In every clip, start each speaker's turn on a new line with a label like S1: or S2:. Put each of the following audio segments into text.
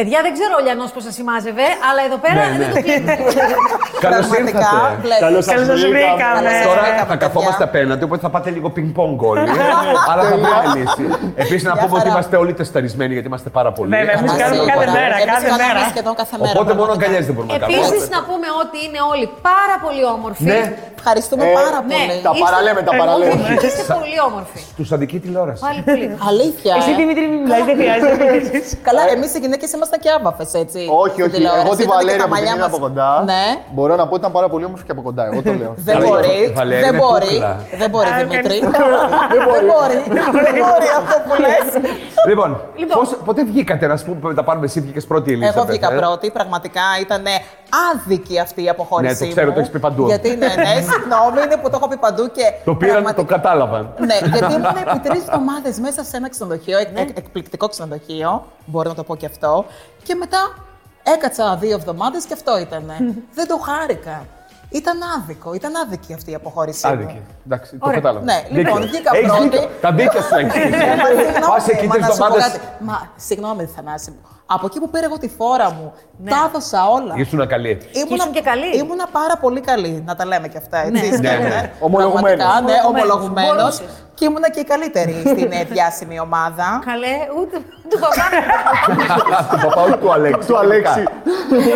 S1: Παιδιά, δεν ξέρω ο Λιανός πώς σας σημάζευε, αλλά εδώ πέρα
S2: Ναι,
S1: δεν
S2: ναι.
S1: το κλείνουμε.
S2: Καλώς
S3: Πραγματικά,
S2: ήρθατε.
S3: βλέπεις.
S4: Καλώς σας
S5: Ε, Καλώς σας
S4: βρήκαμε.
S5: βρήκαμε.
S3: Ε,
S2: Τώρα θα
S3: παιδιά.
S2: καθόμαστε απέναντι, οπότε θα πάτε λίγο πινκ-πονγκ όλοι. ε. Αλλά θα βγάλει λύση. Επίσης να
S3: Μια
S2: πούμε ότι
S3: χαρά.
S2: είμαστε όλοι τεσταρισμένοι γιατί είμαστε πάρα πολλοί.
S5: Βέβαια, εμείς
S3: Μας
S5: κάνουμε
S3: σίγουρα.
S5: κάθε μέρα,
S3: Εμείς
S5: κάθε
S3: κάναμε
S5: μέρα.
S3: σχεδόν κάθε μέρα.
S2: Οπότε μόνο
S3: πραγματικά.
S2: αγκαλιές δεν μπορούμε να κάνουμε.
S1: Επίσης, να πούμε ότι είναι όλοι πάρα πολύ όμορφοι.
S2: Ναι,
S3: Ευχαριστούμε
S4: Ε,
S3: πάρα
S1: Ναι,
S3: πολύ.
S4: Τα
S1: είστε-
S4: παραλέμε, τα παραλέμε.
S1: Όχι, Είστε πολύ όμορφοι.
S2: τους αδική τηλεόραση.
S1: Πάλι πολύ.
S3: Αλήθεια.
S5: Εσύ
S3: ε.
S5: Δημήτρη μην μιλάς, δηλαδή δεν χρειάζεται.
S3: Καλά, εμείς οι γυναίκες ήμασταν και άμπαφε, έτσι.
S4: Όχι,
S3: στην
S4: όχι.
S3: τηλεόραση.
S4: Εγώ τη
S3: Είδατε και
S4: Βαλέρια
S3: τα
S4: που την
S3: μαλλιά
S4: είδα
S3: μας.
S4: από κοντά.
S3: Ναι.
S4: Μπορώ να πω ότι ήταν πάρα πολύ όμορφη και από κοντά. Εγώ το λέω.
S3: Δεν
S2: Καλά, η
S3: μπορεί,
S2: Βαλέρια
S3: δεν
S2: είναι
S3: μπορεί,
S2: κούκλα.
S3: δεν μπορεί
S5: Α,
S3: Δημήτρη.
S5: ευχαριστώ.
S3: Δεν μπορεί, δεν μπορεί αυτό που λες.
S2: Λοιπόν, πώς- ποτέ βγήκατε να σου πούμε τα πάρουμε εσύ βγήκες πρώτη η Ελίζα. ε.
S3: Εγώ βγήκα πρώτη, πραγματικά ήταν άδικη αυτή η αποχώρησή
S2: Ναι, το ξέρω,
S3: μου.
S2: το έχεις πει παντού.
S3: Γιατί ναι, ναι, συγγνώμη, είναι που το έχω πει παντού και.
S2: Το πήραν, το
S3: πραγματικά-
S2: κατάλαβαν.
S3: Ναι, γιατί ήμουν επί τρεις εβδομάδες μέσα σε ένα ξενοδοχείο, εκ- εκ- εκπληκτικό ξενοδοχείο, μπορώ να το πω και αυτό. Και μετά έκατσα δύο εβδομάδες και αυτό ήταν. Δεν το χάρηκα. Ήταν άδικο, ήταν άδικη αυτή η αποχώρησή
S2: Άδικη.
S3: μου.
S2: Εντάξει, το
S1: Ωραία.
S2: κατάλαβα.
S3: Ναι, λοιπόν,
S2: Δίκιο.
S3: βγήκα
S2: Έχεις
S3: πρώτη. Ναι,
S2: δίκιο. Τα δίκια σου έχεις. Πα εκεί τρει εβδομάδε.
S3: Μα συγγνώμη, Θανάση μου. Από εκεί που πήρα εγώ τη φόρα μου, τα έδωσα όλα.
S2: Ναι. Ήσουν καλή.
S1: ήσουν και καλή.
S3: Ήμουνα πάρα πολύ καλή, να τα λέμε και αυτά. Έτσι,
S2: Ναι, ναι.
S4: Ομολογουμένος.
S3: Πραγματικά, Ναι,
S1: Ομολογουμένος.
S3: ομολογουμένος.
S1: Μπορούσες.
S3: Και ήμουνα και η καλύτερη στην ε, διάσημη ομάδα.
S1: Καλέ, ούτε του παπά.
S2: Του παπά, όχι του Αλέξη.
S4: Του Αλέξη.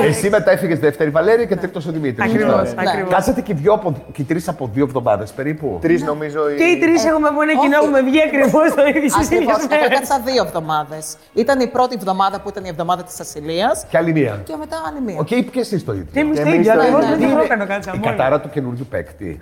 S2: Εσύ μετά έφυγες δεύτερη Βαλέρια και τρίτο ο Δημήτρη.
S5: Ακριβώς, Ναι.
S2: Σωστά.
S5: ακριβώς.
S2: Κάσατε και, δυο από- και τρεις από δύο εβδομάδες περίπου.
S4: Τρεις νομίζω.
S5: Και οι τρεις έχουμε μόνο κοινό,
S3: όχι.
S5: έχουμε βγει ακριβώς το ίδιο στις
S3: Ακριβώ.
S5: ίδιες
S3: λοιπόν, Εγώ
S5: μέρες.
S3: έκατσα δύο εβδομάδες. Ήταν η πρώτη εβδομάδα που ήταν η εβδομάδα της Ασυλίας
S2: Και άλλη μία.
S3: και μετά άλλη μία.
S2: Οκ, και εσεί το
S5: Και
S2: ίδιο.
S5: εμεί το
S4: εμείς
S5: ίδιο,
S4: το
S5: ακριβώς
S3: ίδιο.
S5: με
S2: Είναι
S5: το πρόκανο κάτσαμε.
S2: Η
S5: όλοι.
S2: κατάρα του καινούριου παίκτη.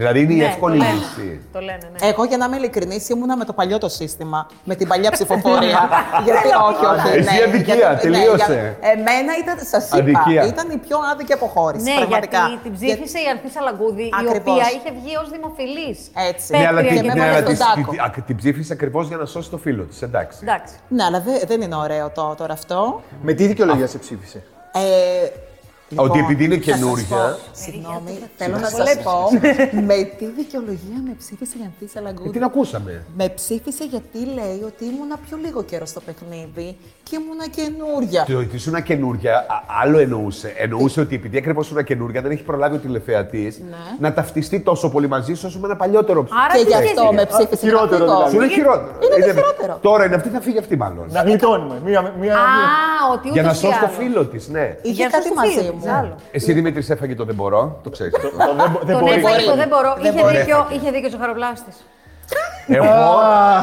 S2: Δηλαδή είναι η
S1: Ναι,
S2: εύκολη
S1: το λένε.
S2: λύση.
S1: Το λένε, ναι.
S3: Εγώ για να είμαι ειλικρινής, ήμουνα με το παλιό το σύστημα, με την παλιά ψηφοφορία. γιατί όχι, όχι.
S2: Εσύ αδικία,
S3: γιατί- ναι,
S2: τελείωσε.
S3: για- εμένα ήταν, σας
S2: Αδικία.
S3: είπα, ήταν η πιο άδικη αποχώρηση.
S1: Ναι,
S3: Ε, πραγματικά.
S1: γιατί την ψήφισε η Ανθίσα Λαγκούδη, η
S3: Ακριβώς.
S1: οποία είχε βγει ως δημοφιλής.
S3: Έτσι.
S2: Ναι, αλλά
S3: και
S2: την,
S3: με
S2: ναι,
S3: βάλε
S2: αλλά
S3: στον
S2: της-
S3: τάκο.
S2: την- α, την ψήφισε ακριβώς για να σώσει το φίλο της. Εντάξει.
S1: Εντάξει.
S3: Ναι, αλλά δε- δεν είναι ωραίο το, τώρα αυτό.
S4: Με τι δικαιολογία σε ψήφισε.
S3: Ε,
S2: Ότι επειδή είναι
S3: θα σας
S2: καινούργια.
S3: πω, Συγγνώμη, θέλω να σας πω με τι δικαιολογία με ψήφισε η Ανθίσα
S2: Ε,
S3: Λαγκούδη.
S2: την ακούσαμε.
S3: Με ψήφισε γιατί λέει ότι ήμουνα πιο λίγο καιρό στο παιχνίδι και ήμουνα καινούρια.
S2: Το ότι ήσουν καινούργια, α- άλλο εννοούσε. Εννοούσε ότι επειδή ακριβώς ήσουν καινούργια, δεν έχει προλάβει ο τηλεθεατή
S3: Ναι.
S2: να ταυτιστεί τόσο πολύ μαζί σου όσο με ένα παλιότερο ψήφο.
S1: Άρα
S3: Και
S1: τι
S3: γι'
S1: σχέση-
S3: αυτό με ψήφισε. να
S4: Χειρότερο
S3: φύγω.
S4: δηλαδή.
S2: Σου είναι χειρότερο.
S3: Είναι το χειρότερο.
S2: Τώρα είναι αυτή, θα φύγει αυτή μάλλον.
S4: Να γλιτώνουμε. Μία, μία, μία.
S1: Α, ότι ούτε
S2: Για να σώσει το φίλο της, ναι.
S3: Είχε κάτι μαζί μου.
S2: Εσύ Δημήτρης έφαγε το δεν μπορώ, το ξέρεις.
S4: Το δεν μπο- Δεν
S1: Τον
S4: μπορεί.
S1: έφαγε, το δεν μπορώ.
S3: Δεν
S1: Είχε
S3: μπορεί.
S1: δίκιο, είχε δίκιο ζαχαροπλάστης.
S2: Εγώ,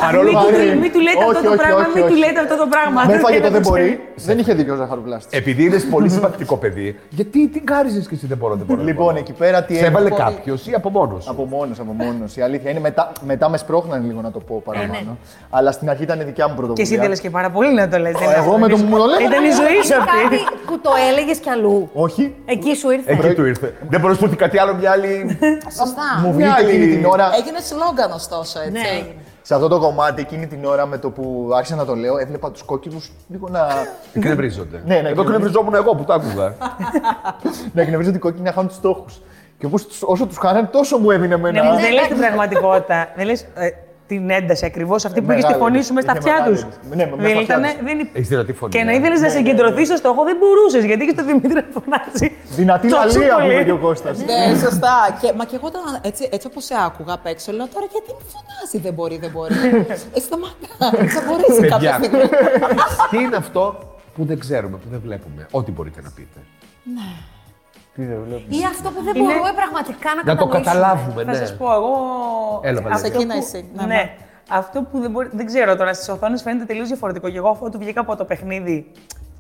S2: παρόλο
S5: Μην
S2: που
S5: του-
S4: Μαρή.
S5: Μην του λέτε
S4: Όχι,
S5: αυτό το
S4: όχι,
S5: πράγμα,
S4: όχι,
S5: μην του
S4: όχι.
S5: λέτε αυτό το πράγμα.
S4: Με έφαγε
S5: θέλω
S4: το δεν
S5: να το ξέρει.
S4: μπορεί. Δεν είχε δίκιο ο Ζαχαροπλάστη.
S2: επειδή είναι πολύ συμπαθητικό παιδί, γιατί την κάριζε και εσύ δεν μπορώ, δεν μπορώ. δεν
S4: Λοιπόν,
S2: μπορώ.
S4: εκεί πέρα τι
S2: Σε
S4: έγινε.
S2: έβαλε κάποιος ή από μόνος.
S4: Από μόνος, από μόνος. Η αλήθεια είναι μετά, μετά με σπρώχναν λίγο να το πω παραπάνω. Αλλά στην αρχή ήταν δικιά μου
S5: Και
S4: πρωτοβουλία.
S5: εσύ δεν λες και πάρα πολύ να το λες. δεν Ε,
S4: Εγώ με το που μου το λένε.
S5: Ήταν η ζωή σου αυτή.
S1: Κάτι που το έλεγες κι αλλού.
S4: Όχι.
S1: Εκεί σου ήρθε.
S2: Εκεί του ήρθε. Δεν μπορούσε να σου πει κάτι άλλο, μια άλλη.
S3: Σωστά.
S4: Μου
S2: Μια
S4: βγήκε
S2: άλλη-
S4: εκείνη την ώρα.
S3: Έγινε σλόγγαν ωστόσο, έτσι.
S1: Ναι, έγινε.
S4: Σε αυτό το κομμάτι, εκείνη την ώρα με το που άρχισα να το λέω, έβλεπα τους κόκκινους λίγο να.
S2: Εκνευρίζονται.
S4: Ναι, ναι,
S2: Εδώ εκνευριζόμουν εγώ που τα άκουγα.
S4: να εκνευρίζονται οι κόκκινοι να χάνουν τους στόχους. Και όπως τους- όσο τους χάνανε, τόσο μου έμεινε εμένα.
S5: Ναι, Δεν λες την πραγματικότητα. Δεν λες ε, την ένταση ακριβώς αυτή που είχε τη
S4: μεγάλη
S5: φωνή
S4: ένταση.
S5: σου μες στα
S4: Είχε
S5: αυτιά
S4: μεγάλη
S5: τους.
S4: ένταση. Ναι, με- με στα αυτιά τους.
S2: Έχεις δυνατή φωνή,
S5: Και να
S2: ε.
S5: ήθελε να συγκεντρωθεί στο στόχο δεν μπορούσες γιατί είχε τον Δημήτρη να φωνάζει.
S4: Δυνατή
S5: τόσο
S4: λαλία που
S5: πολύ.
S4: είπε και ο Κώστας.
S3: Ναι, σωστά. Και, μα και εγώ όταν, έτσι, έτσι όπως σε άκουγα απ' έξω, λέω τώρα γιατί μου φωνάζει, δεν μπορεί, δεν μπορεί. ε, σταματά, θα μπορέσει κάποια
S2: Παιδιά.
S4: ναι,
S3: στιγμή.
S2: Τι είναι αυτό που δεν ξέρουμε, που δεν βλέπουμε. Ό,τι μπορείτε να πείτε.
S1: Ή αυτό που δεν μπορούμε πραγματικά να
S2: Να το
S1: κατανοήσουμε.
S2: καταλάβουμε,
S5: Θα
S2: ναι.
S5: σας πω, εγώ.
S2: Έλα, Βαλέρια.
S5: αυτό
S3: Ξεκίνα
S5: που-
S3: εσύ, να,
S5: Ναι. Αυτό που δεν, μπορεί, δεν ξέρω τώρα, στις οθόνες φαίνεται τελείως διαφορετικό. Και εγώ, αφού του βγήκα από το παιχνίδι,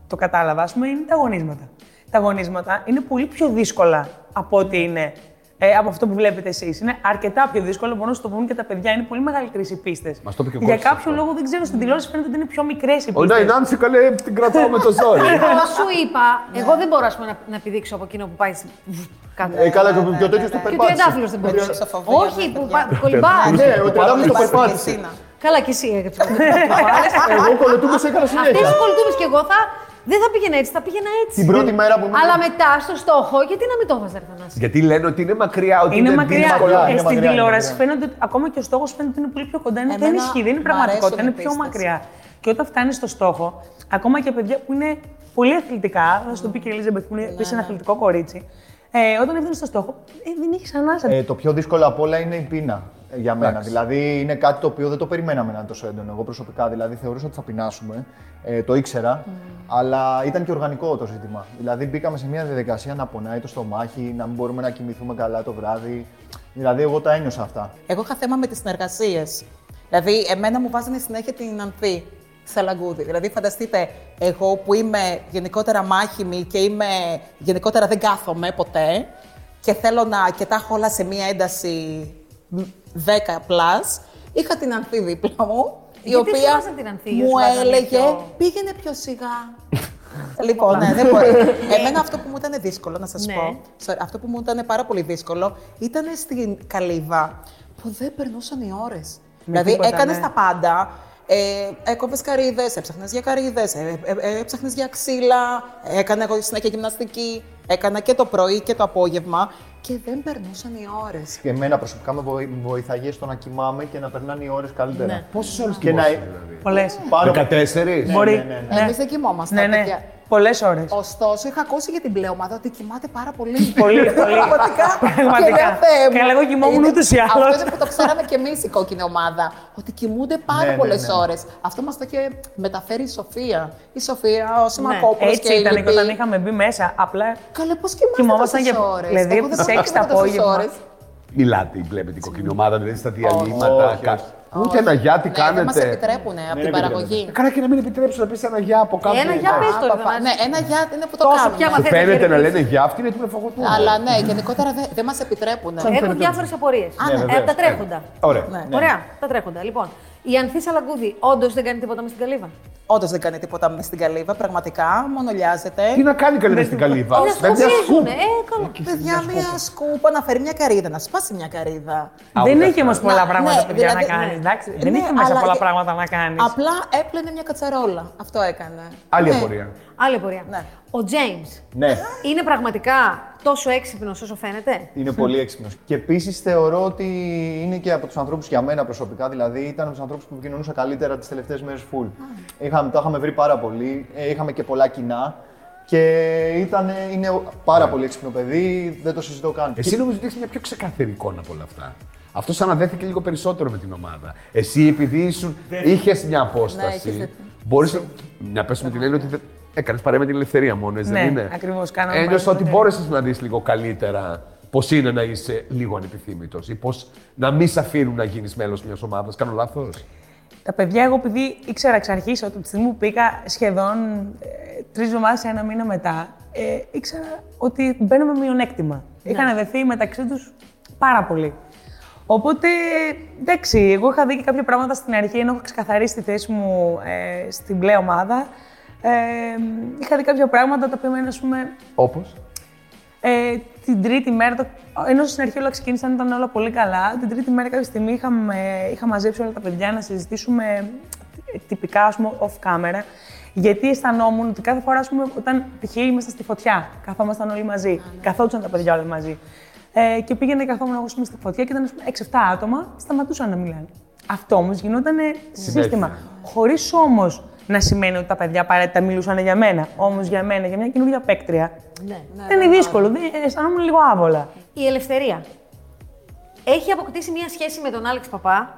S5: το κατάλαβα, ας πούμε, είναι τα αγωνίσματα. Τα αγωνίσματα είναι πολύ πιο δύσκολα από ό,τι είναι ε, από αυτό που βλέπετε εσείς. Είναι αρκετά πιο δύσκολο, μπορούν να σου το πούν και τα παιδιά. Είναι πολύ μεγαλύτερες οι πίστες.
S2: Μας το είπε και ο
S5: Για
S2: Κώστας
S5: κάποιο
S2: αυτό. ναι,
S5: λόγο δεν ξέρω, στην τηλεόραση φαίνεται ότι είναι πιο μικρές οι
S2: Ο Νάι
S5: πίστες.
S2: Νάνση, καλέ, την κρατάω με το ζόρι.
S1: Εγώ σου είπα, εγώ δεν μπορώ ας πούμε, να, να επιδείξω από εκείνο που πάει στην- κάτω.
S4: Ε, καλά, και ο- και ο τέτοιος
S3: ναι,
S4: το
S3: ναι.
S1: Και του
S4: περπάτησε.
S1: εντάφυλλο δεν μπορεί.
S3: ριζοσοφοβία,
S1: Όχι,
S3: ναι,
S1: που
S3: παιδιά.
S1: πα- κολυμπάει.
S4: Ναι, ο Τεντάφυλλος το
S3: Πάει στην
S4: περπάτησε.
S3: πισίνα.
S1: Καλά, κι εσύ ε, έτσι.
S4: Εγώ κολοτούμπες έκανα
S1: Αυτέ
S4: συνέχεια.
S1: τι κολυτούπε κι εγώ θα. Δεν θα πήγαινα έτσι, θα πήγαινα έτσι.
S4: Την πρώτη μέρα που ήμουν-
S1: Αλλά μετά στο στόχο, γιατί να μην το έβαζε, Θανάση.
S2: Γιατί λένε ότι είναι μακριά, ότι
S5: Είναι
S2: είναι,
S5: μακριά.
S2: δύσκολο.
S4: είναι
S5: Ε,
S4: μακριά,
S5: Στην
S4: είναι
S5: τηλεόραση
S4: μακριά.
S5: φαίνεται ότι ακόμα και ο στόχος φαίνεται ότι είναι πολύ πιο κοντά. Είναι, δεν
S3: Εμένα
S5: ισχύει, δεν είναι
S3: μ'
S5: πραγματικότητα,
S3: αρέσουν
S5: είναι
S3: οι
S5: πιο
S3: πίστες.
S5: μακριά. Και όταν φτάνεις στο στόχο, ακόμα και παιδιά που είναι πολύ αθλητικά. Θα σου το πει και η Ελίζα που είναι
S3: Ναι,
S5: επίση ένα αθλητικό κορίτσι. Ε, όταν έφτανε στο στόχο, ε, δεν είχε ανάσα.
S4: Ε, το πιο δύσκολο απ' όλα είναι η πείνα ε, για μένα. Δηλαδή είναι κάτι το οποίο δεν το περιμέναμε να είναι τόσο έντονο. Εγώ προσωπικά δηλαδή θεωρούσα ότι θα πεινάσουμε. Ε, το ήξερα. Αλλά ήταν και οργανικό το ζήτημα. Δηλαδή μπήκαμε σε μια διαδικασία να πονάει το στομάχι, να μην μπορούμε να κοιμηθούμε καλά το βράδυ. Δηλαδή εγώ τα ένιωσα αυτά.
S3: Εγώ είχα θέμα με τις συνεργασίες. Δηλαδή, εμένα μου βάζανε συνέχεια την Ανθή σε λαγκούδι. Δηλαδή, φανταστείτε, εγώ που είμαι γενικότερα μάχημη και είμαι γενικότερα δεν κάθομαι ποτέ και θέλω να και τα έχω όλα σε μία ένταση 10 plus, είχα την Ανθή δίπλα μου, η
S1: Γιατί σου
S3: οποία
S1: βάζανε την Ανθή, σου
S3: μου
S1: βάζανε
S3: έλεγε
S1: πιο-
S3: πήγαινε πιο σιγά. λοιπόν, ναι, δεν μπορεί. Εμένα αυτό που μου ήταν δύσκολο, να σας
S1: Ναι.
S3: πω, sorry, αυτό που μου ήταν πάρα πολύ δύσκολο, ήταν στην Καλύβα που δεν περνούσαν οι ώρες. δηλαδή,
S5: τίποτα,
S3: έκανες
S5: ναι.
S3: τα πάντα. Ε, έκοβες καρύδες, έψαχνες για καρύδες, ε, ε, ε, έψαχνες για ξύλα. Έκανα εγώ συνέχεια γυμναστική. Έκανα και το πρωί και το απόγευμα. Και δεν περνούσαν οι ώρες.
S4: Και εμένα προσωπικά με βοη- με βοηθαγε στο να κοιμάμαι και να περνάνε οι ώρες καλύτερα.
S3: Ναι.
S2: Πόσες ώρες
S4: Και να. ε-
S5: Πολλέ.
S4: Πάνω...
S2: 14.
S5: Μπορεί.
S4: ναι, ναι,
S3: Εμείς δεν κοιμόμαστε.
S5: Ναι, ναι.
S3: παιδιά.
S5: Πολλές ώρες.
S3: Ωστόσο, είχα ακούσει για την πλεομάδα ότι κοιμάται πάρα πολύ.
S5: Πολύ, πολύ.
S3: Πραγματικά.
S5: Πραγματικά.
S3: Και λέω, «Θεέ μου».
S5: Καλά, εγώ κοιμόμουν
S3: Είναι-
S5: ούτως ή άλλως.
S3: Αυτό είναι που το ξέραμε και εμείς η κόκκινη ομάδα. Ότι κοιμούνται πάρα
S4: Ναι, ναι,
S3: πολλές
S4: ναι.
S3: ώρες. Αυτό μας το είχε μεταφέρει η Σοφία. Η Σοφία, ο Σιμακόπουλο και
S5: Ναι, Έτσι
S3: η
S5: ήταν και όταν
S3: Λυπή.
S5: είχαμε μπει μέσα. Απλά
S3: Καλέ, πώς κοιμάστε
S5: Κοιμόμασταν
S3: τόσες
S5: και-
S3: ώρες.
S5: δηλαδή,
S3: Εγώ δεν
S5: στις
S3: μπορώ να
S5: έξι το
S3: κοιμάμαι τόσες
S5: απόγευμα.
S3: ώρες.
S2: Μιλάτε, βλέπετε κοκκινή ομάδα, δηλαδή στα
S4: Όχι,
S2: διαλύματα.
S4: όχι.
S2: κα- Ούτε ένα
S3: Ναι,
S2: γιάτι
S3: Δεν μας
S2: κάνετε.
S3: επιτρέπουν από την παραγωγή.
S2: Καλά και να μην επιτρέψουν να πεις ένα γεια από κάπου.
S1: Ένα για πες
S3: Α,
S1: τώρα,
S3: πα,
S1: δεν
S3: πα, Ναι,
S1: άρεσε.
S3: ένα γιάτ είναι που το
S1: Τόσο πια
S3: κάνουμε.
S1: μαθαίνω.
S2: Φαίνεται να
S1: χαιρετίζει.
S2: λένε γεια αυτή είναι τι με φοβοτούν.
S3: Αλλά ναι, γενικότερα δεν μας επιτρέπουν.
S1: Έχω διάφορες απορίες.
S3: ναι,
S1: Από τα τρέχοντα.
S2: Ωραία.
S1: Ωραία, τα τρέχοντα. Λοιπόν, η Ανθής Σαλαγκούδη, όντως δεν κάνει τίποτα με στην καλύβα.
S3: Όντως δεν κάνει τίποτα με στην καλύβα, πραγματικά. Μόνο λιάζεται.
S2: Τι να κάνει καλή με στην καλύβα.
S1: Να
S2: Να μια σκούπα.
S1: σκουπίζουν. Ε,
S2: Ναι.
S1: καλό.
S3: Παιδιά, μία σκούπα να φέρει μια καρύδα, να σπάσει μια καρύδα.
S5: δεν είχε όμω
S3: Να-
S5: πολλά πράγματα
S3: ναι,
S5: παιδιά να
S3: δηλαδή,
S5: κάνεις.
S3: ναι.
S5: εντάξει. Δεν
S3: Ναι,
S5: είχε μέσα
S3: αλλά
S5: πολλά
S3: και-
S5: πράγματα να κάνεις.
S3: Απλά έπλαινε μια κατσαρόλα. Αυτό έκανε.
S2: Άλλη
S3: Ναι.
S2: απορία.
S1: Άλλη απορία.
S3: Ναι.
S1: Ο James
S4: Ναι.
S1: είναι πραγματικά τόσο έξυπνος όσο φαίνεται.
S4: Είναι πολύ έξυπνος. Και επίσης θεωρώ ότι είναι και από τους ανθρώπους για μένα προσωπικά. Δηλαδή ήταν από τους ανθρώπους που επικοινωνούσα καλύτερα τις τελευταίες μέρες full. Είχαμε, τα είχαμε βρει πάρα πολύ. ε, Είχαμε και πολλά κοινά. Και ήταν, είναι ο- πάρα πολύ έξυπνο παιδί. Δεν το συζητώ καν.
S2: Εσύ νομίζω ότι έχεις μια πιο ξεκάθαρη εικόνα από όλα αυτά. Αυτό αναδέθηκε λίγο περισσότερο με την ομάδα. Εσύ επειδή ήσουν, είχες μια απόσταση.
S3: είχες-
S2: μπορείς να- να πέσουμε την έννοια ότι δεν... έκανες παρέα με την ελευθερία μόνο,
S5: Ναι,
S2: δεν είναι.
S5: ακριβώς, κάναμε
S2: Ένιωσα
S5: παρέα με
S2: ότι
S5: την
S2: μπόρεσες να δεις λίγο καλύτερα πώς είναι να είσαι λίγο ανεπιθύμητος ή πώς να μην σε αφήνουν να γίνεις μέλος μιας ομάδας. Κάνω λάθος.
S5: Τα παιδιά, εγώ επειδή ήξερα εξ αρχής ότι από τη στιγμή που πήγα σχεδόν ε, τρεις εβδομάδες, ένα μήνα μετά, ε, ήξερα ότι μπαίνω με μειονέκτημα. Είχαν δεθεί μεταξύ τους πάρα πολύ. Οπότε, εντάξει, εγώ είχα δει και κάποια πράγματα στην αρχή, ενώ είχα ξεκαθαρίσει τη θέση μου ε, στην πλέον ομάδα. Ε, είχα δει κάποια πράγματα τα οποία, εμένα, ας πούμε,
S2: Όπως.
S5: ε, την τρίτη μέρα, το, ενώ στην αρχή όλα ξεκίνησαν, ήταν όλα πολύ καλά. Την τρίτη μέρα κάποια στιγμή είχαμε, είχα μαζέψει όλα τα παιδιά να συζητήσουμε ε, τυπικά, ας πούμε, off camera. Γιατί αισθανόμουν ότι κάθε φορά, ας πούμε, όταν π.χ. ήμασταν στη φωτιά, καθόμασταν όλοι μαζί. Καθόντουσαν τα παιδιά όλα μαζί. Ε, και πήγαινε καθόμουν εγώ ας πούμε, στη φωτιά και ήταν ας πούμε, 6-7 άτομα, σταματούσαν να μιλάνε. Αυτό όμως γινόταν σύστημα. Χωρίς όμως να σημαίνει ότι τα παιδιά απαραίτητα μιλούσαν για μένα. Όμως για μένα, για μια καινούργια παίκτρια,
S1: Ναι.
S5: ήταν δύσκολο. Δεν ε, αισθανόμουν λίγο άβολα.
S1: Η Ελευθερία έχει αποκτήσει μια σχέση με τον Άλεξ Παπά.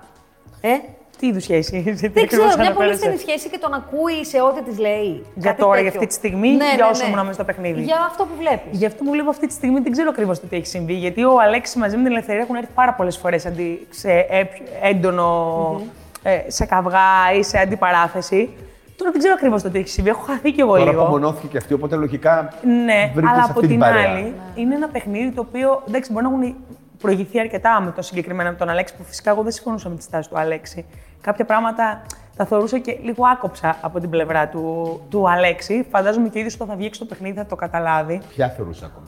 S1: Ε,
S5: Τι είδους σχέση είναι
S1: δεν ξέρω, μια πολύ στενή σχέση και τον ακούει σε ό,τι της λέει.
S5: Για
S1: Κάτι τέτοιο.
S5: τώρα,
S1: Ναι,
S5: για αυτή τη στιγμή, για όσο ήμουν μέσα στο παιχνίδι.
S1: Για αυτό που βλέπεις.
S5: Γι' αυτό που βλέπω αυτή τη στιγμή δεν ξέρω ακριβώς τι έχει συμβεί. Γιατί ο Αλέξης μαζί με την Ελευθερία έχουν έρθει πάρα πολλές φορές σε έ- εντονο ε, σε καυγά ή σε αντιπαράθεση. Τώρα δεν ξέρω ακριβώς τι έχει συμβεί. Έχω χαθεί κι εγώ
S2: Τώρα
S5: λίγο.
S2: απομονώθηκε και αυτή, οπότε λογικά.
S5: Ναι,
S2: βρήκες
S5: αλλά
S2: αυτή
S5: από την,
S2: παρέα.
S5: άλλη είναι ένα παιχνίδι το οποίο εντάξει, μπορεί να έχουν προηγηθεί αρκετά με το συγκεκριμένα με τον Αλέξη, που φυσικά εγώ δεν συμφωνούσα με τη στάση του Αλέξη. Κάποια πράγματα τα θεωρούσα και λίγο άκοψα από την πλευρά του, του Αλέξη. Φαντάζομαι και ο ίδιος όταν θα βγει στο παιχνίδι θα το καταλάβει.
S2: Ποια θεωρούσα ακόμα.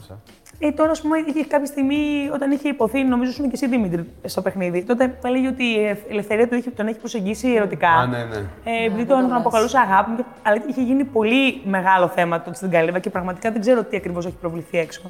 S5: Ε, τώρα, ας πούμε, είχε κάποια στιγμή, όταν είχε υποθεί, νομίζω ήσουν και εσύ Δημήτρη στο παιχνίδι. Τότε έλεγε ότι η ελευθερία του είχε, τον έχει προσεγγίσει ερωτικά.
S2: Α, ναι, ναι.
S5: Ε, επειδή τον αποκαλούσα αγάπη μου, και- αλλά είχε γίνει πολύ μεγάλο θέμα το στην Καλύβα και πραγματικά δεν ξέρω τι ακριβώς έχει προβληθεί έξω.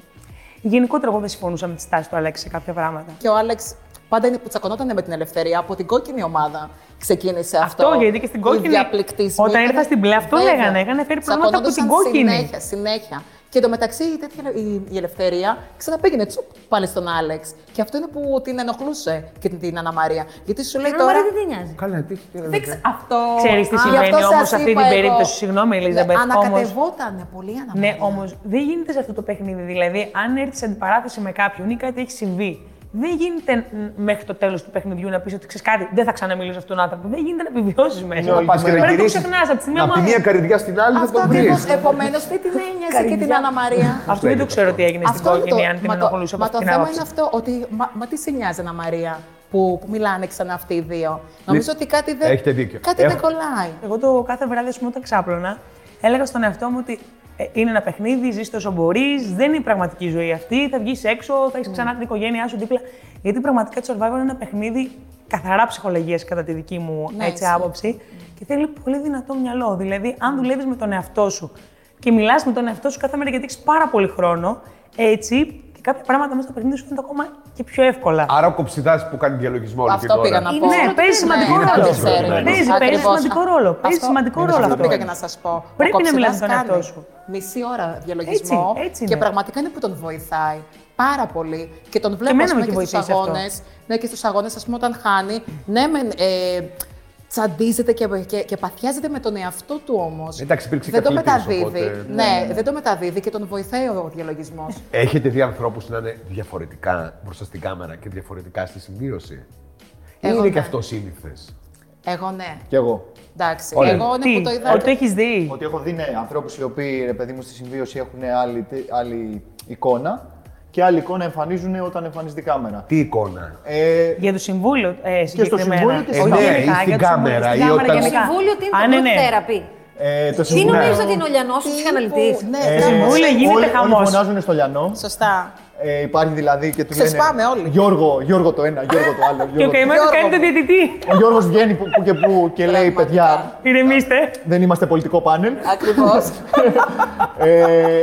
S5: Γενικότερα, εγώ δεν συμφωνούσα με τη στάση του Αλέξη σε κάποια πράγματα.
S3: Και ο Άλεξ πάντα είναι που τσακωνόταν με την ελευθερία. Από την κόκκινη ομάδα ξεκίνησε αυτό.
S5: Αυτό, γιατί και στην
S3: οι
S5: κόκκινη,
S3: διαπληκτισμοί.
S5: όταν ήρθα
S3: Έκανε-
S5: στην μπλε, αυτό
S3: Βέβαια.
S5: λέγανε, έκανε φέρει προβλήματα από την
S3: Τσακωνόντουσαν
S5: κόκκινη.
S3: Συνέχεια, συνέχεια. Και εντωμεταξύ η, τέτοια, η, η ελευθερία ξαναπήγαινε τσουπ πάλι στον Άλεξ. Και αυτό είναι που την ενοχλούσε και την, την Αναμαρία. Γιατί σου λέει
S1: Τώρα...
S3: τώρα.
S1: Μαρία δεν την νοιάζει.
S2: Καλά, τι. τι-
S3: Δεν ξε- Αυτό.
S5: Ξέρεις τι
S3: Α,
S5: συμβαίνει
S3: γι' αυτό
S5: όμως
S3: σας
S5: σε αυτή
S3: είπα
S5: την
S3: εγώ.
S5: περίπτωση. Συγγνώμη, Ελίζαμπεθ,
S3: Ναι,
S5: όμως.
S3: Ανακατευότανε πολύ η Αναμαρία.
S5: Ναι, όμως δεν γίνεται σε αυτό το παιχνίδι. Δηλαδή, αν έρθεις σε αντιπαράθεση με κάποιον ή κάτι έχει συμβεί, δεν γίνεται μ, μέχρι το τέλος του παιχνιδιού να πεις ότι ξέρεις κάτι, δεν θα ξαναμιλήσω σε αυτόν τον άνθρωπο. Δεν γίνεται να επιβιώσεις μέσα.
S2: Να πας και Ναι, να
S5: Πρέπει να το
S2: γυρίσεις.
S5: ξεχνάς από τη μία
S2: Από τη μία
S5: ομάδα.
S2: καρδιά στην άλλη θα
S3: Αυτό
S2: τον βρεις.
S3: ακριβώς. Επομένως, τι την έννοια και την Αναμαρία.
S5: Αυτό δεν το ξέρω τι έγινε στην
S3: είναι
S5: κόκκινη, αν την
S3: μα το-
S5: ενοχλούσε από
S3: Μα
S5: αυτή
S3: το
S5: την
S3: θέμα είναι
S5: άποψη.
S3: αυτό, ότι μα, μα τι σε νοιάζει Ανά Μαρία που, που μιλάνε ξανά αυτοί οι δύο. Νομίζω ότι κάτι δεν,
S2: Ναι. έχετε δίκιο.
S3: κάτι
S2: Έχω-
S3: δεν κολλάει.
S5: Εγώ το κάθε βράδυ, ας πούμε, όταν ξάπλωνα, έλεγα στον εαυτό μου ότι ε, είναι ένα παιχνίδι, ζεις όσο μπορείς, δεν είναι η πραγματική ζωή αυτή. Θα βγεις έξω, θα έχεις ξανά την οικογένειά σου δίπλα. Γιατί πραγματικά το survivor είναι ένα παιχνίδι καθαρά ψυχολογίας, κατά τη δική μου
S3: Ναι,
S5: έτσι,
S3: ισχύει.
S5: άποψη. Και θέλει πολύ δυνατό μυαλό. Δηλαδή, αν δουλεύεις με τον εαυτό σου και μιλάς με τον εαυτό σου κάθε μέρα γιατί έχεις πάρα πολύ χρόνο, έτσι και κάποια πράγματα μέσα στο παιχνίδι σου φαίνονται ακόμα και πιο εύκολα.
S2: Άρα ο κοψιδάς που κάνει διαλογισμό όλη την
S3: Αυτό πήγα να
S2: ώρα.
S3: πω.
S1: Είναι-
S5: ναι, παίζει σημαντικό
S2: είναι
S5: ρόλο.
S2: πολύ
S5: Παίζει,
S2: σερβιρ.
S5: παίζει
S3: Ακριβώς.
S5: σημαντικό ρόλο. Παίζει
S3: Αυτό-
S5: σημαντικό ρόλο
S3: Αυτό
S5: αυτό.
S3: πήγα και να σας πω. Ο
S5: Πρέπει να
S3: Κόψιδας
S5: μιλάς με τον
S3: κάνει
S5: εαυτό σου.
S3: Μισή ώρα διαλογισμό
S5: Έτσι, έτσι
S3: και
S5: είναι.
S3: πραγματικά είναι που τον βοηθάει πάρα πολύ. Και τον βλέπω
S5: εμένα
S3: ας
S5: με
S3: πούμε,
S5: έχει
S3: και στου
S5: βοηθήσει αυτό.
S3: αγώνες. Ναι, και στους αγώνες, ας πούμε, όταν χάνει. Ναι, μεν, ε, τσαντίζεται και, και, και παθιάζεται με τον εαυτό του όμως.
S2: Εντάξει, υπήρξε
S3: Δεν
S2: και
S3: το
S2: αθλητής,
S3: μεταδίδει.
S2: οπότε-
S3: Ναι, δεν το μεταδίδει και τον βοηθάει ο διαλογισμός.
S2: Έχετε δει ανθρώπους να είναι διαφορετικά μπροστά στην κάμερα και διαφορετικά στη συμβίωση. Ή
S3: Εγώ
S2: είναι
S3: ναι.
S2: και αυτό σύνηθες.
S3: Εγώ ναι.
S4: Κι εγώ.
S3: Εντάξει.
S2: Ωραία.
S3: Εγώ ναι
S5: Τι,
S3: που το είδα.
S5: ότι το έχεις δει.
S4: Ότι έχω δει ναι, ανθρώπους οι οποίοι ρε παιδί μου στη συμβίωση έχουν άλλη, τε- άλλη εικόνα και άλλη εικόνα εμφανίζουν όταν εμφανίζεται η κάμερα.
S2: Τι εικόνα.
S4: Ε,
S5: Για το συμβούλιο ε, συγκεκριμένα.
S4: συμβούλιο και
S5: Όχι
S2: Ε, ναι,
S5: γενικά,
S2: ή
S5: για το
S2: στην
S5: συμβούλιο,
S2: κάμερα,
S5: στην
S2: ή
S5: κάμερα
S2: όταν-
S1: Το
S5: γενικά.
S1: συμβούλιο τι είναι
S5: Α,
S1: το
S5: ναι,
S1: group
S5: ναι.
S1: therapy.
S4: ε, το
S1: Τι
S4: συμβούλιο.
S1: νομίζεις ότι είναι ο Λιανός ο
S3: Τύπου-
S1: ψυχαναλυτής.
S3: Ναι,
S4: Ε,
S3: μπράβο.
S5: συμβούλιο
S4: όλοι-
S5: γίνεται
S4: όλοι
S5: χαμός.
S4: φωνάζουν στο λιανό.
S3: Σωστά.
S4: Ε, υπάρχει δηλαδή και του λένε.
S3: Ξεσπάμε όλοι.
S4: Γιώργο, Γιώργο το ένα, Γιώργο το άλλο.
S5: Και ο
S4: Γιώργο το-
S5: καημένο
S3: Γιώργο.
S5: κάνει το διαιτητή.
S4: Ο Γιώργος βγαίνει που, που και που και λέει:
S3: Πραγματικά.
S4: Παιδιά,
S5: Ηρεμήστε.
S4: δεν είμαστε πολιτικό πάνελ.
S3: Ακριβώς.
S4: ε,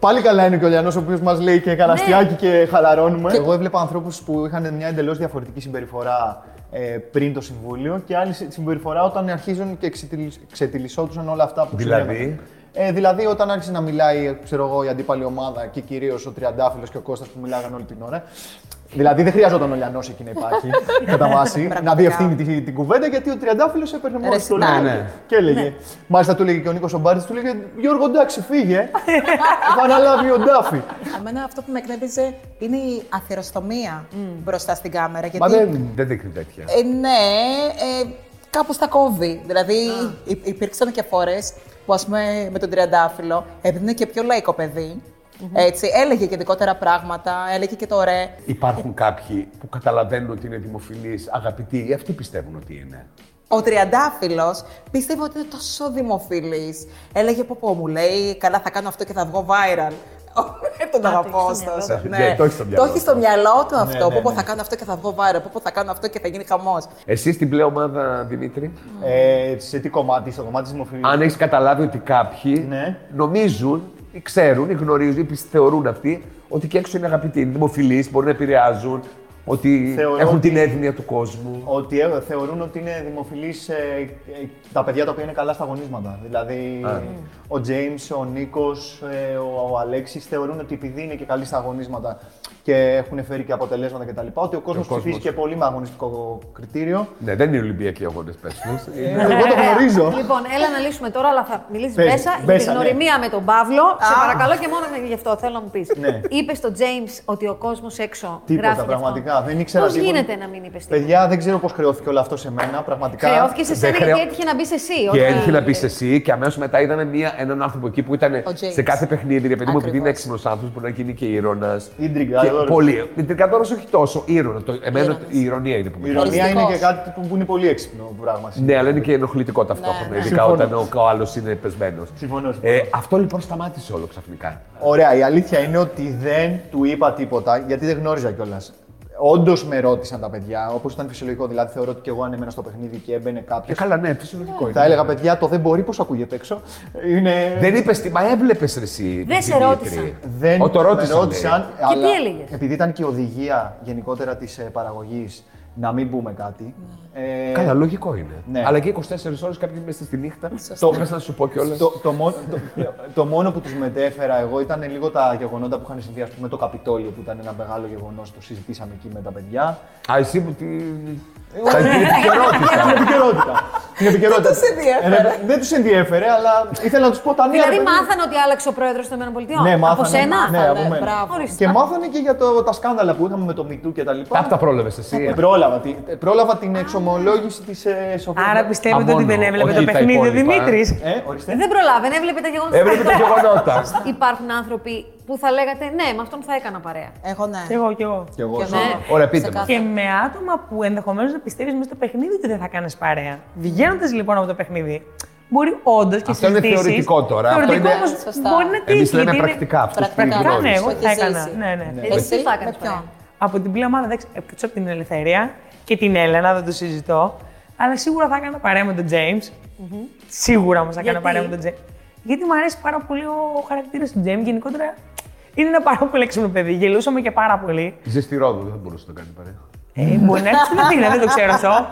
S4: πάλι καλά είναι και ο Λιανός, ο οποίος μας λέει και καναστιάκι και χαλαρώνουμε. Εγώ έβλεπα ανθρώπους που είχαν μια εντελώς διαφορετική συμπεριφορά ε, πριν το συμβούλιο και άλλη συ- συμπεριφορά όταν αρχίζουν και ξετυλισ- ξετυλισόντουσαν όλα αυτά που
S2: Δηλαδή?
S4: συνέβαιναν. Ε, δηλαδή, όταν άρχισε να μιλάει ξέρω εγώ, η αντίπαλη ομάδα και κυρίως ο Τριαντάφυλλος και ο Κώστας που μιλάγαν όλη την ώρα. Δηλαδή, δεν χρειαζόταν ο Λιανός εκεί να υπάρχει, κατά βάση, να
S3: Πραγματικά.
S4: διευθύνει την, την κουβέντα γιατί ο Τριαντάφυλλος έπαιρνε μόνο
S3: Ρε,
S4: του
S3: ναι,
S4: λόγο.
S2: ναι.
S4: Και έλεγε. Μάλιστα του έλεγε και ο Νίκος Ομπάρτη, του έλεγε Γιώργο, εντάξει, φύγε. Θα αναλάβει ο Ντάφη.
S3: Εμένα αυτό που με εκνεύριζε είναι η αθεροστομία μπροστά στην κάμερα. Γιατί
S2: Μα δεν, δεν δείχνει τέτοια.
S3: Ε, ναι, ε, κάπως τα κόβει. Δηλαδή υ- υπήρξαν και φορές που ας πούμε με τον Τριαντάφυλλο, επειδή είναι και πιο λαϊκό παιδί, έτσι, έλεγε και δικότερα πράγματα, έλεγε και το ρε.
S2: Υπάρχουν κάποιοι που καταλαβαίνουν ότι είναι δημοφιλεί, αγαπητοί, ή αυτοί πιστεύουν ότι είναι.
S3: Ο Τριαντάφυλλος πίστευε ότι είναι τόσο δημοφιλής. Έλεγε πω πω μου λέει, καλά θα κάνω αυτό και θα βγω viral. Ε, τον αγαπώ ωστόσο.
S2: του.
S3: ναι.
S2: Ναι, το έχει στο μυαλό
S3: έχει
S2: του. Ναι,
S3: στο μυαλό του αυτό. Πω πω θα κάνω αυτό και θα βγω viral. Πω πω θα κάνω αυτό και θα γίνει χαμός.
S2: Εσύ στην πλέον ομάδα, Δημήτρη,
S4: Ε, σε τι κομμάτι, στο κομμάτι της δημοφιλία.
S2: αν έχεις καταλάβει ότι κάποιοι
S4: Ναι.
S2: νομίζουν ή ξέρουν ή γνωρίζουν ή πιστε- θεωρούν αυτοί ότι και έξω είναι αγαπητοί, είναι δημοφιλείς, μπορεί να επηρεάζουν, ότι
S4: Θεωρώ
S2: έχουν
S4: ότι-
S2: την έννοια του κόσμου.
S4: Ότι ε, θεωρούν ότι είναι δημοφιλεί τα παιδιά τα οποία είναι καλά στα γονίσματα. Δηλαδή, ο Τζέιμ, ο Νίκος, ο, ο Αλέξης θεωρούν ότι επειδή είναι και καλοί στα αγωνίσματα και έχουν φέρει και αποτελέσματα κτλ. Ότι ο κόσμος
S2: κόσμος.
S4: ψηφίζει και πολύ με αγωνιστικό κριτήριο.
S2: Ναι, δεν είναι Ολυμπιακοί αγώνες, πες
S4: Εγώ το γνωρίζω.
S1: Λοιπόν, έλα να λύσουμε τώρα, αλλά θα μιλήσεις
S4: Πες,
S1: μέσα για τη
S4: μέσα, ναι.
S1: γνωριμία με τον Παύλο. Σε παρακαλώ και μόνο γι' αυτό θέλω να μου πεις.
S4: Ναι.
S1: Είπες στον James ότι ο κόσμος έξω.
S4: Τίποτα,
S1: γράφει γι' αυτό.
S4: πραγματικά. Δεν ήξερα
S1: Πώς
S4: τίποτα.
S1: γίνεται να μην είπες τίποτα.
S4: Παιδιά, δεν ξέρω πώς χρεώθηκε όλο αυτό σε μένα. Πραγματικά.
S1: Χρεώθηκε σε
S2: δεν
S1: σένα
S2: χρεώ-
S1: γιατί έτυχε να μπεις εσύ.
S2: Και
S1: όχι-
S2: έτυχε να πει εσύ, και αμέσως μετά είδαμε μία, έναν άνθρωπο εκεί που ήταν
S3: Ο James.
S2: σε κάθε παιχνίδι. Ρε παιδί μου, επειδή είναι
S3: Ακριβώς.
S2: έξυπνος άνθρωπος, μπορεί να γίνει και ήρωνα.
S4: Ιντριγκάδωρος.
S2: Πολύ. Ιντριγκάδωρο όχι τόσο. Ήρωνα. Το, εμένα
S3: Ήρωνας.
S2: η ηρωνία είναι που με
S4: Η ηρωνία
S3: Οριστικός.
S4: είναι και κάτι που, που είναι πολύ έξυπνο πράγμα.
S2: Ναι, αλλά είναι και ενοχλητικό ταυτόχρονα.
S3: Ναι, ναι.
S2: Ειδικά
S4: Συμφωνώ.
S2: όταν ο, ο άλλος είναι πεσμένος.
S4: Συμφωνώ,
S2: Ε,
S4: συμφωνώ.
S2: αυτό λοιπόν σταμάτησε όλο ξαφνικά.
S4: Ωραία, η αλήθεια είναι ότι δεν του είπα τίποτα γιατί δεν γνώριζα κιόλας. Όντως με ρώτησαν τα παιδιά, όπως ήταν φυσιολογικό. Δηλαδή, θεωρώ ότι και εγώ αν έμενα στο παιχνίδι και έμπαινε
S2: Ε,
S4: κάποιο.
S2: καλά, ναι, φυσιολογικό είναι.
S4: Θα έλεγα, παιδιά, το δεν μπορεί, πώς ακούγεται έξω. Είναι.
S2: Δεν είπες τι, μα έβλεπες ρε εσύ.
S1: Δεν σε
S2: Δημήτρη.
S1: ρώτησαν.
S4: Δεν
S2: Ω, το ρώτησαν.
S4: με ρώτησαν,
S2: λέει.
S1: Και τι έλεγες?
S4: Επειδή ήταν και η οδηγία γενικότερα της παραγωγής να μην πούμε κάτι. ε,
S2: Καλά, λογικό είναι.
S4: Ναι.
S2: Αλλά και 24 ώρες κάποιοι μέσα στη νύχτα. Το έπρεπε να σου πω κιόλας.
S4: Το, το, μό- το, το μόνο που τους μετέφερα εγώ ήταν λίγο τα γεγονότα που είχαν συμβεί, ας πούμε, το Καπιτόλιο που ήταν ένα μεγάλο γεγονός, το συζητήσαμε εκεί με τα παιδιά.
S2: Α, εσύ που τη.
S4: Τα- Την επικαιρότητα. Την επικαιρότητα. Την επικαιρότητα.
S3: Δεν τους ενδιέφερε.
S4: Ε, Δεν τους ενδιέφερε, αλλά ήθελα να τους πω τα νέα.
S1: Δηλαδή
S4: ρε παιδί μου.
S1: μάθανε ότι άλλαξε ο πρόεδρος των ΗΠΑ.
S4: Ναι,
S1: Από
S4: μάθανε.
S1: σένα.
S4: Ναι, από μένα.
S3: μπράβο.
S1: Ορίστε.
S4: Και μάθανε και για το, τα σκάνδαλα που είχαμε με το Μητού και τα λοιπά.
S2: Τα αυτά πρόλαβες εσύ.
S4: Ε,
S2: ε.
S4: πρόλαβα, τη- ε, πρόλαβα την εξομολόγηση της ε, Σοφίας.
S5: Άρα πιστεύετε
S2: Α,
S5: ότι
S2: μόνο.
S5: δεν έβλεπε
S2: Όχι
S5: το
S2: τα
S5: παιχνίδι ο
S2: υπόλοιπα, ε.
S5: Δημήτρης.
S4: Ε, ορίστε.
S1: Δεν προλάβαινε, έβλεπε τα γεγονότα.
S2: Έβλεπε τα γεγονότα.
S1: Υπάρχουν άνθρωποι που θα λέγατε Ναι, με αυτόν θα έκανα παρέα.
S3: Εγώ ναι.
S5: Κι εγώ, κι εγώ.
S4: Κι εγώ.
S3: Και
S4: σαν-
S3: εγώ.
S2: Ωραία,
S3: Σε
S2: πείτε
S3: κάθε-
S2: μα.
S5: Και με άτομα που ενδεχομένως να πιστεύεις μέσα στο παιχνίδι ότι δεν θα κάνεις παρέα. Βγαίνοντας λοιπόν από το παιχνίδι, μπορεί όντως και
S2: Αυτό είναι
S5: συζητήσεις-
S2: θεωρητικό τώρα. Αυτό
S5: Θεωρητικό
S2: είναι-
S5: όμως
S3: Σωστά.
S5: μπορεί να τύχει.
S2: Εμεί λέμε
S5: γιατί είναι-
S2: πρακτικά αυτού που
S3: πρακτικά,
S5: Πρακτικά, ναι,
S2: γνώρισα.
S5: εγώ
S3: Το
S5: θα
S3: έχεις
S5: έκανα.
S3: ζήσει.
S5: Ναι, ναι.
S1: Εσύ
S3: Εσύ,
S1: τι θα έκανες
S3: με ποιον?
S1: παρέα.
S5: Από την πλήρη ομάδα, εντάξει, εκτό ε, από την Ελευθερία και την Έλενα, δεν το συζητώ. Αλλά σίγουρα θα έκανα παρέα με τον Τζέιμ. Σίγουρα όμως θα έκανα
S1: Γιατί?
S5: παρέα με τον Τζέιμ. Γιατί μου αρέσει πάρα πολύ ο χαρακτήρας του Τζέιμ. Γενικότερα είναι ένα πάρα πολύ έξυπνο παιδί. Γελούσαμε και πάρα πολύ.
S2: Ζεστηρόδο, δεν θα μπορούσε να το κάνει παρέα.
S5: Ε, μπορεί να έρθει στην Αθήνα, δεν το ξέρω αυτό.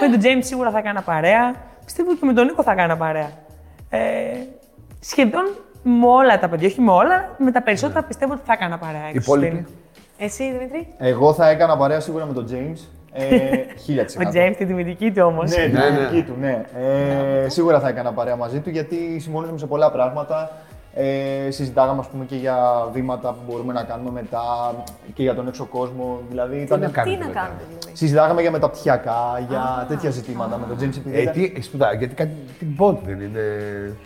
S5: με τον Τζέιμ σίγουρα θα κάνα παρέα. Πιστεύω και με τον Νίκο θα κάνα παρέα. Ε, σχεδόν με όλα τα παιδιά, όχι με όλα, με τα περισσότερα πιστεύω ότι θα κάνα παρέα.
S2: Οι
S5: έξω
S2: υπόλοιποι.
S5: στην-
S1: Εσύ, Δημήτρη.
S4: Εγώ θα έκανα παρέα σίγουρα με τον James. Ε, 1000%.
S5: Ο Τζέιμ την τιμητική του όμως.
S4: Ναι, την
S2: Ναι, ναι.
S4: ελληνική του, ναι. Ε, σίγουρα θα έκανα παρέα μαζί του γιατί συμφωνούσαμε σε πολλά πράγματα. Ε, συζητάγαμε ας πούμε, και για βήματα που μπορούμε να κάνουμε μετά και για τον έξω κόσμο. Δηλαδή, ήταν...
S2: να
S1: Τι
S2: κάνετε
S1: να
S2: μετά.
S1: κάνετε, δηλαδή.
S4: Συζητάγαμε για μεταπτυχιακά, για τέτοια ζητήματα με τον James επειδή
S2: Ε,
S4: ήταν-
S2: τι, σπουδά, γιατί κάτι την πόντι δεν είναι.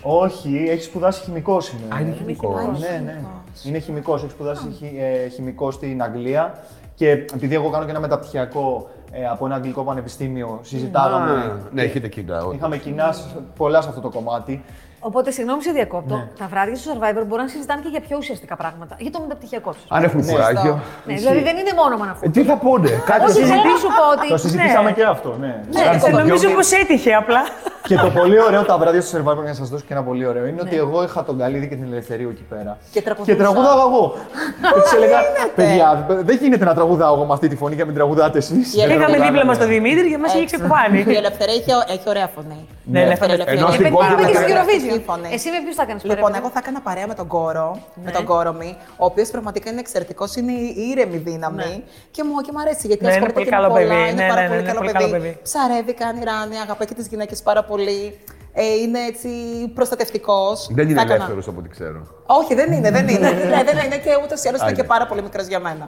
S4: Όχι, έχει σπουδάσει χημικός είναι.
S2: Α, είναι χημικός.
S4: Ναι, ναι. Είναι χημικός. Έχει σπουδάσει χη, ε, χημικός στην Αγγλία. Και επειδή εγώ κάνω και ένα μεταπτυχιακό ε, από ένα αγγλικό πανεπιστήμιο, συζητάγαμε.
S2: Ναι, έχετε κοινά. όντως.
S4: Είχαμε κοινά σ- πολλά σε αυτό το κομμάτι.
S1: Οπότε, συγγνώμη, σε διακόπτω.
S5: Ναι.
S1: Τα βράδια στο survivor μπορεί να συζητάνε και για πιο ουσιαστικά πράγματα. Για το μεταπτυχιακό του.
S2: Αν έχουν κουράγιο.
S1: Ναι, δηλαδή δεν είναι μόνο
S2: Ε,
S1: μαναφού.
S2: Τι θα πούνε, κάτι
S1: Όχι, θέλω να σου πω
S4: Το
S1: ότι.
S4: συζητήσαμε και αυτό, ναι.
S1: Ναι,
S5: Ε, Νομίζω πως έτυχε απλά.
S4: και το πολύ ωραίο τα βράδια στο Survivor, για να σας δώσω και ένα πολύ ωραίο, είναι ότι εγώ είχα τον Καλίδη και την Ελευθερίου εκεί πέρα.
S3: Και τραγουδούσα.
S4: τραγουδάγα εγώ. και τους έλεγα, παιδιά, δεν γίνεται να τραγουδάω εγώ με αυτή τη φωνή και να μην τραγουδάτε εσείς.
S3: Ε,
S5: Είχαμε
S3: τραγουδάμε,
S5: δίπλα μας τον Δημήτρη και μας είχε
S3: Έτσι. Ναι,
S5: ξεπάνει.
S3: Η ελευθερία έχει, έχει ωραία φωνή.
S5: Ναι, ναι, φανταστική.
S2: Ενώ στην
S1: Επειδή
S2: Κόντρα
S1: πάμε και στο
S2: μετά-
S1: Eurovision.
S3: Συμφωνεί.
S1: Εσύ με ποιους θα κάνεις
S3: ναι. Λοιπόν, εγώ θα έκανα παρέα με τον Κόρο, με τον Κόρομη, ο οποίος πραγματικά είναι εξαιρετικός, είναι η ήρεμη δύναμη. Και μου και μ' αρέσει γιατί
S5: Ναι, είναι
S3: ασχολείται
S5: πολύ
S3: και με
S5: καλό
S3: πολλά,
S5: παιδί.
S3: είναι
S5: Ναι,
S3: πάρα
S5: ναι,
S3: πολύ,
S5: ναι,
S3: καλό,
S5: πολύ
S3: παιδί.
S5: καλό παιδί.
S3: Ψαρεύει, κάνει ράνι, αγαπάει και τις γυναίκες πάρα πολύ. Ε, είναι έτσι προστατευτικός.
S2: Δεν είναι ελεύθερος από ό,τι ξέρω.
S3: Όχι, δεν είναι, δεν είναι. ναι, δεν είναι και ούτως ή άλλως είναι
S2: είναι.
S3: και πάρα πολύ μικρός για μένα.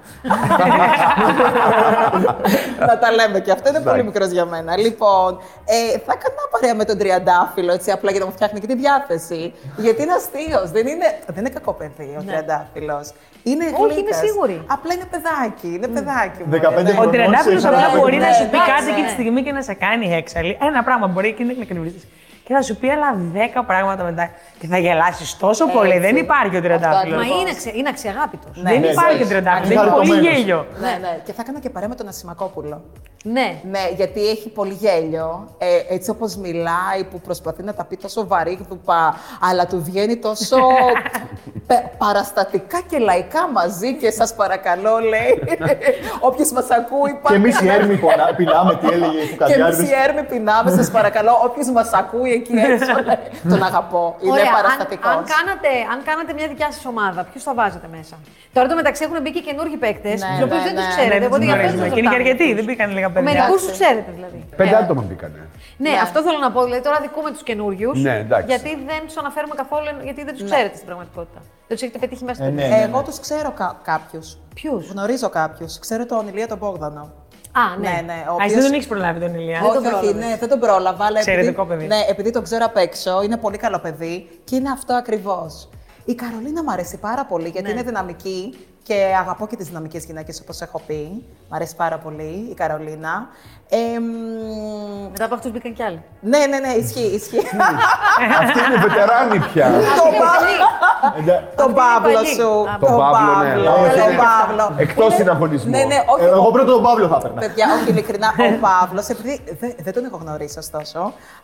S3: Να τα λέμε και αυτό είναι πολύ μικρός για μένα. Λοιπόν, ε, θα έκανα παρέα με τον τριαντάφυλλο, έτσι, απλά για να μου φτιάχνει και τη διάθεση. Γιατί είναι αστείος. Δεν είναι, δεν είναι κακό παιδί ο τριαντάφυλλος. Είναι
S1: Ναι. Όχι, είναι
S3: γλύκας.
S1: σίγουρη.
S3: Απλά είναι παιδάκι. Είναι παιδάκι. μωρέ,
S4: 15
S3: ναι.
S5: Ο
S4: Μόνο
S5: Τριαντάφυλλο
S4: σε
S5: απλά
S4: ένα
S5: μπορεί να
S3: ναι,
S5: σου πει
S1: εντάξει,
S5: κάτι εκείνη
S1: ναι.
S5: τη στιγμή και να σε κάνει έξαλλη. Ένα πράγμα μπορεί και να εκνευριστεί. Και θα σου πει άλλα 10 πράγματα μετά. Και θα γελάσεις τόσο πολύ.
S3: Έτσι.
S5: Δεν υπάρχει ο Τριαντάφυλλο.
S1: Μα είναι, αξι... είναι αξιαγάπητος. Ναι.
S5: Δεν
S4: ναι,
S5: υπάρχει ο
S4: εντάξει.
S5: Τριαντάφυλλο. Έχει
S4: Χαριτωμένος.
S5: πολύ γέλιο.
S3: Ναι, ναι. Και θα έκανα και παρέα με τον Ασημακόπουλο.
S1: ναι.
S3: Ναι, γιατί έχει πολύ γέλιο. Ε, έτσι όπως μιλάει, που προσπαθεί να τα πει τόσο βαρύγδουπα, αλλά του βγαίνει τόσο πε- παραστατικά και λαϊκά μαζί. Και σας παρακαλώ, λέει. Όποιος μας ακούει,
S4: Και
S3: πάρε-
S4: εμείς οι έρμοι πονά- πεινάμε, τι έλεγε του
S3: Και εμείς
S4: Καδιάρδη.
S3: οι έρμοι πεινάμε, σας παρακαλώ. Όποιος μας ακούει εκεί έξω, λέει, τον αγαπώ. Είναι
S1: Ωραία,
S3: παραστατικός.
S1: Αν, αν, κάνατε, αν κάνατε μια δικιά σας ομάδα, ποιους θα βάζετε μέσα. Τώρα το μεταξύ έχουν μπει και καινούργιοι παίκτες,
S3: Ναι,
S1: τους οποίους
S3: ναι,
S1: δεν τους
S3: ναι.
S5: Ναι,
S1: ξέρετε.
S5: δεν
S1: Οπότε
S5: τους
S1: για αυτού
S5: γνωρίζουμε.
S1: δεν
S5: Και είναι και αρκετοί, δεν πήγαν
S1: Ναι,
S5: λίγα παιδιά.
S1: Μερικού τους ξέρετε δηλαδή.
S2: Πέντε άτομα μπήκανε.
S1: Ναι, αυτό θέλω να πω. Δηλαδή τώρα δικούμε τους καινούριους.
S2: Ναι, εντάξει.
S1: γιατί δεν τους αναφέρουμε καθόλου, γιατί δεν τους
S3: Ναι.
S1: ξέρετε στην πραγματικότητα. Δεν τους έχετε πετύχει μέσα
S4: Ε,
S1: στο
S4: ναι,
S1: παιχνίδι.
S4: ναι,
S3: Εγώ τους ξέρω κα- κάποιους.
S1: Ποιους?
S3: Γνωρίζω κάποιους. Ξέρω τον Ηλία τον Μπόγδανο.
S1: Α, ναι.
S3: ναι, ναι, ο
S5: Α, εσύ
S3: οποίος-
S5: δεν τον έχεις προλάβει τον Ηλιά.
S1: Δεν
S3: όχι,
S1: τον
S3: όχι,
S1: πρόλαβες.
S3: ναι, δεν τον πρόλαβα, αλλά επειδή,
S5: Εξαιρετικό παιδί.
S3: ναι, επειδή τον ξέρω απ' έξω, είναι πολύ καλό παιδί και είναι αυτό ακριβώς. Η
S1: Ναι.
S3: Καρολίνα μου αρέσει πάρα πολύ γιατί είναι δυναμική και αγαπώ και τις δυναμικές γυναίκες όπως έχω πει. Μ' αρέσει πάρα πολύ η Καρολίνα. Ε, μ,
S1: Μετά από αυτούς μπήκαν κι άλλοι.
S3: ναι, ναι, ναι, ισχύει, ισχύει.
S2: Αυτή είναι βετεράνη πια.
S3: Τον
S4: Εντα-
S3: τον Παύλο
S1: παλιοί.
S3: σου.
S1: Α,
S2: τον Παύλο, ναι. Όχι,
S3: Τον
S2: ναι.
S3: Παύλο.
S2: Εκτός
S3: Είναι-
S2: συναγωνισμού.
S3: Ναι, ναι,
S4: Ε,
S3: όχι.
S4: Εγώ πρώτο τον Παύλο θα έπαιρνα.
S3: Παιδιά, όχι, ειλικρινά,
S1: Ναι.
S3: ο Παύλος, επειδή δεν, δεν τον έχω γνωρίσει ωστόσο,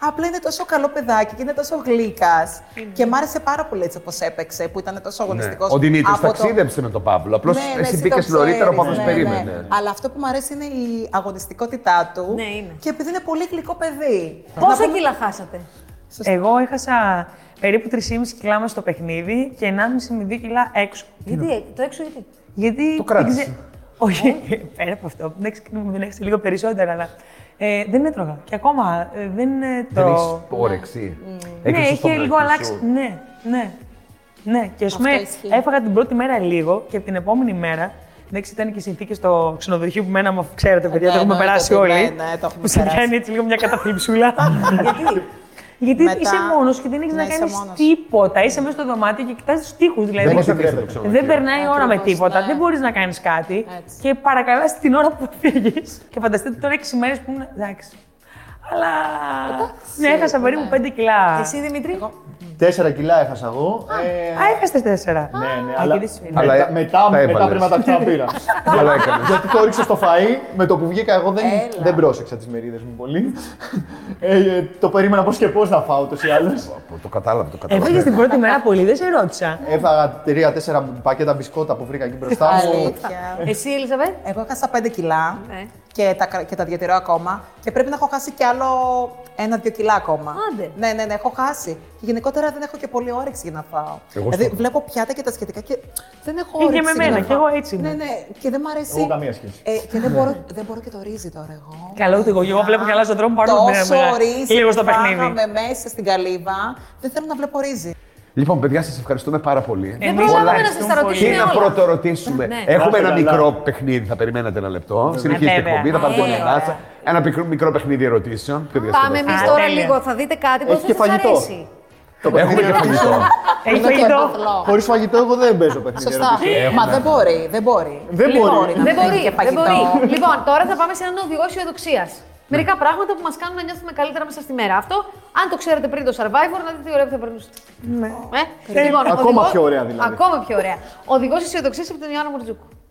S3: απλά είναι τόσο καλό παιδάκι και είναι τόσο γλύκας. Και μ' άρεσε πάρα πολύ έτσι όπως έπαιξε, που ήταν τόσο
S2: Ναι.
S3: αγωνιστικός.
S2: Ο Ντινίτης ταξίδεψε με τον Παύλο. Απλώς
S3: Ναι,
S2: εσύ μπήκε νωρίτερα, ο Παύλο περίμενε.
S3: Αλλά αυτό που μου αρέσει είναι η αγωνιστικότητά του.
S1: Ναι, είναι.
S3: Και επειδή είναι πολύ γλυκό παιδί.
S1: Πόσα κιλά χάσατε.
S5: Εγώ έχασα περίπου 3,5 κιλά μέσα στο παιχνίδι και 1,5 με 2 κιλά έξω.
S1: Γιατί, ε, το έξω γιατί.
S5: Γιατί.
S2: Το
S5: δεν
S2: κράτησε.
S5: ξέ- Όχι, πέρα από αυτό. Εντάξει, μου την έχεις λίγο περισσότερα, αλλά ε, δεν έτρωγα. Και ακόμα ε, δεν ε,
S2: Δεν
S5: το.
S2: έχεις όρεξη.
S5: Ναι,
S2: Έκλεισες το
S5: έχει λίγο
S2: πνεύμα σου.
S5: αλλάξει. Ναι, ναι. Ναι, και ας πούμε,
S3: ισχύει.
S5: έφαγα την πρώτη μέρα λίγο και την επόμενη μέρα. Εντάξει, ήταν και οι συνθήκε στο ξενοδοχείο που μέναμε, αφού ξέρετε, παιδιά,
S3: Ναι,
S5: το έχουμε
S3: εννοείται
S5: περάσει
S3: ότι-
S5: όλοι.
S3: ναι, ναι, το έχουμε
S5: που σε
S3: περάσει.
S5: πιάνει έτσι λίγο μια καταθλιψούλα.
S1: Γιατί.
S5: Γιατί
S3: Μετά-
S5: είσαι μόνος και δεν έχεις
S3: Ναι,
S5: να
S3: είσαι
S5: κάνεις
S3: μόνος.
S5: τίποτα. Είσαι μέσα στο δωμάτιο και κοιτάζει του τοίχου. Δηλαδή,
S2: Δεν
S4: Δεν
S2: έχει
S4: επιτρέπεται.
S2: το ξενοδοχείο.
S5: δεν περνάει η ώρα με
S3: Ακριβώς,
S5: τίποτα.
S3: ναι.
S5: Δεν μπορείς να κάνεις κάτι.
S3: Έτσι.
S5: Και παρακαλάς την ώρα που θα φύγεις. Και φανταστείτε τώρα 6 μέρες που ήμουν. Εντάξει. Αλλά. Ναι, έχασα περίπου 5 κιλά.
S1: Εσύ Δημητρή.
S4: ναι. Τέσσερα κιλά έχασα εγώ. ε,
S5: Α, έχασες 4.
S4: Ναι, ναι,
S5: Α,
S4: αλλά
S5: και τι σου είναι.
S2: Αλλά
S4: μετά,
S2: ε- τα
S4: μετά, μετά
S2: έβαλες.
S4: πρέπει να τα ξαναπήρα.
S2: Καλά έκανες.
S4: Γιατί το ρίξα στο φαΐ, με το που βγήκα εγώ δεν,
S3: Έλα.
S4: δεν πρόσεξα τις μερίδες μου πολύ. Ε, ε, το περίμενα πώς και πώς να φάω ούτως ή άλλως.
S2: Το κατάλαβα, το
S5: Εγώ
S2: κατάλαβα.
S5: και στην πρώτη μέρα πολύ, δεν σε ρώτησα.
S4: Έφαγα τρία-τέσσερα πακέτα μπισκότα που βρήκα εκεί μπροστά μου.
S3: Αλήθεια.
S1: Εσύ Ελίζαβε.
S3: Εγώ έχασα 5 κιλά
S1: Ναι.
S3: και, τα, κρα- και τα διατηρώ ακόμα. Και πρέπει να έχω χάσει κι άλλο ένα-δύο κιλά ακόμα.
S1: Άντε.
S3: Ναι, ναι, ναι, έχω χάσει. Και γενικότερα δεν έχω και πολύ όρεξη για να φάω.
S2: Εγώ
S3: δηλαδή
S2: στο-
S3: βλέπω πιάτα και τα σχετικά και δεν έχω
S5: Ε,
S3: όρεξη.
S5: και με
S3: για
S5: μένα,
S3: να
S5: κι
S3: φάω.
S5: εγώ έτσι είμαι.
S3: Ναι, ναι, και δεν μ' αρέσει.
S4: Εγώ καμία σχέση.
S3: Ε, και δεν μπορώ, δεν μπορώ και το ρύζι τώρα εγώ.
S5: Καλά, ούτε εγώ. Και εγώ βλέπω και αλλάζω τρόπο παρόλο που
S3: Τόσο
S5: δεν ήμουν
S3: ρύζι
S5: λίγο
S3: που
S5: στο παιχνίδι.
S3: φάγαμε μέσα στην καλύβα. Δεν θέλω να βλέπω ρύζι.
S2: Λοιπόν, παιδιά, σας ευχαριστούμε πάρα πολύ.
S1: Δεν
S5: Εμείς
S1: προλάβαμε να
S5: ευχαριστούμε
S1: σας τα
S5: πολύ.
S2: Τι
S1: ρωτήσουμε
S2: να
S1: όλα.
S2: πρώτο ρωτήσουμε.
S1: Ναι.
S2: Έχουμε ένα
S4: Άστε καλά.
S2: μικρό παιχνίδι, θα περιμένετε ένα λεπτό. Συνεχίζετε την
S5: βέβαια.
S2: εκπομπή, θα πάρουμε
S1: Ε,
S2: μια ανάσα. Ένα μικρό, μικρό παιχνίδι ερωτήσεων. Πιο
S1: Πάμε
S2: διασκεδαστικό.
S1: εμεί
S5: Α,
S1: τώρα
S5: τέλεια.
S1: λίγο, θα δείτε κάτι που
S4: Έχει και
S1: θα σας
S4: φαγητό.
S1: αρέσει.
S4: Το
S2: Έχουμε και φαγητό.
S5: Έχει
S3: Είναι και
S5: φαγητό.
S3: βαθλό.
S4: Χωρίς φαγητό εγώ δεν παίζω παιχνίδι.
S3: Σωστά.
S4: ρε.
S2: Έχουμε.
S3: Μα δεν μπορεί, δεν μπορεί.
S4: Δεν μπορεί.
S3: να
S1: Λοιπόν, Δεν
S3: μην
S1: μπορεί,
S3: έχει και
S1: δεν
S3: φαγητό.
S1: μπορεί. λοιπόν, τώρα θα πάμε σε έναν οδηγό αισιοδοξία. Μερικά πράγματα που μας κάνουν να νιώθουμε καλύτερα μέσα στη μέρα. Αυτό, αν το ξέρετε πριν το survivor, να δείτε τι ωραία που θα περνούσατε. Ναι. Ε? Λοιπόν,
S4: Ακόμα πιο ωραία δηλαδή.
S1: Ακόμα πιο ωραία. Οδηγός αισιοδοξία από τον Ιωάννη Μουρτζούκου.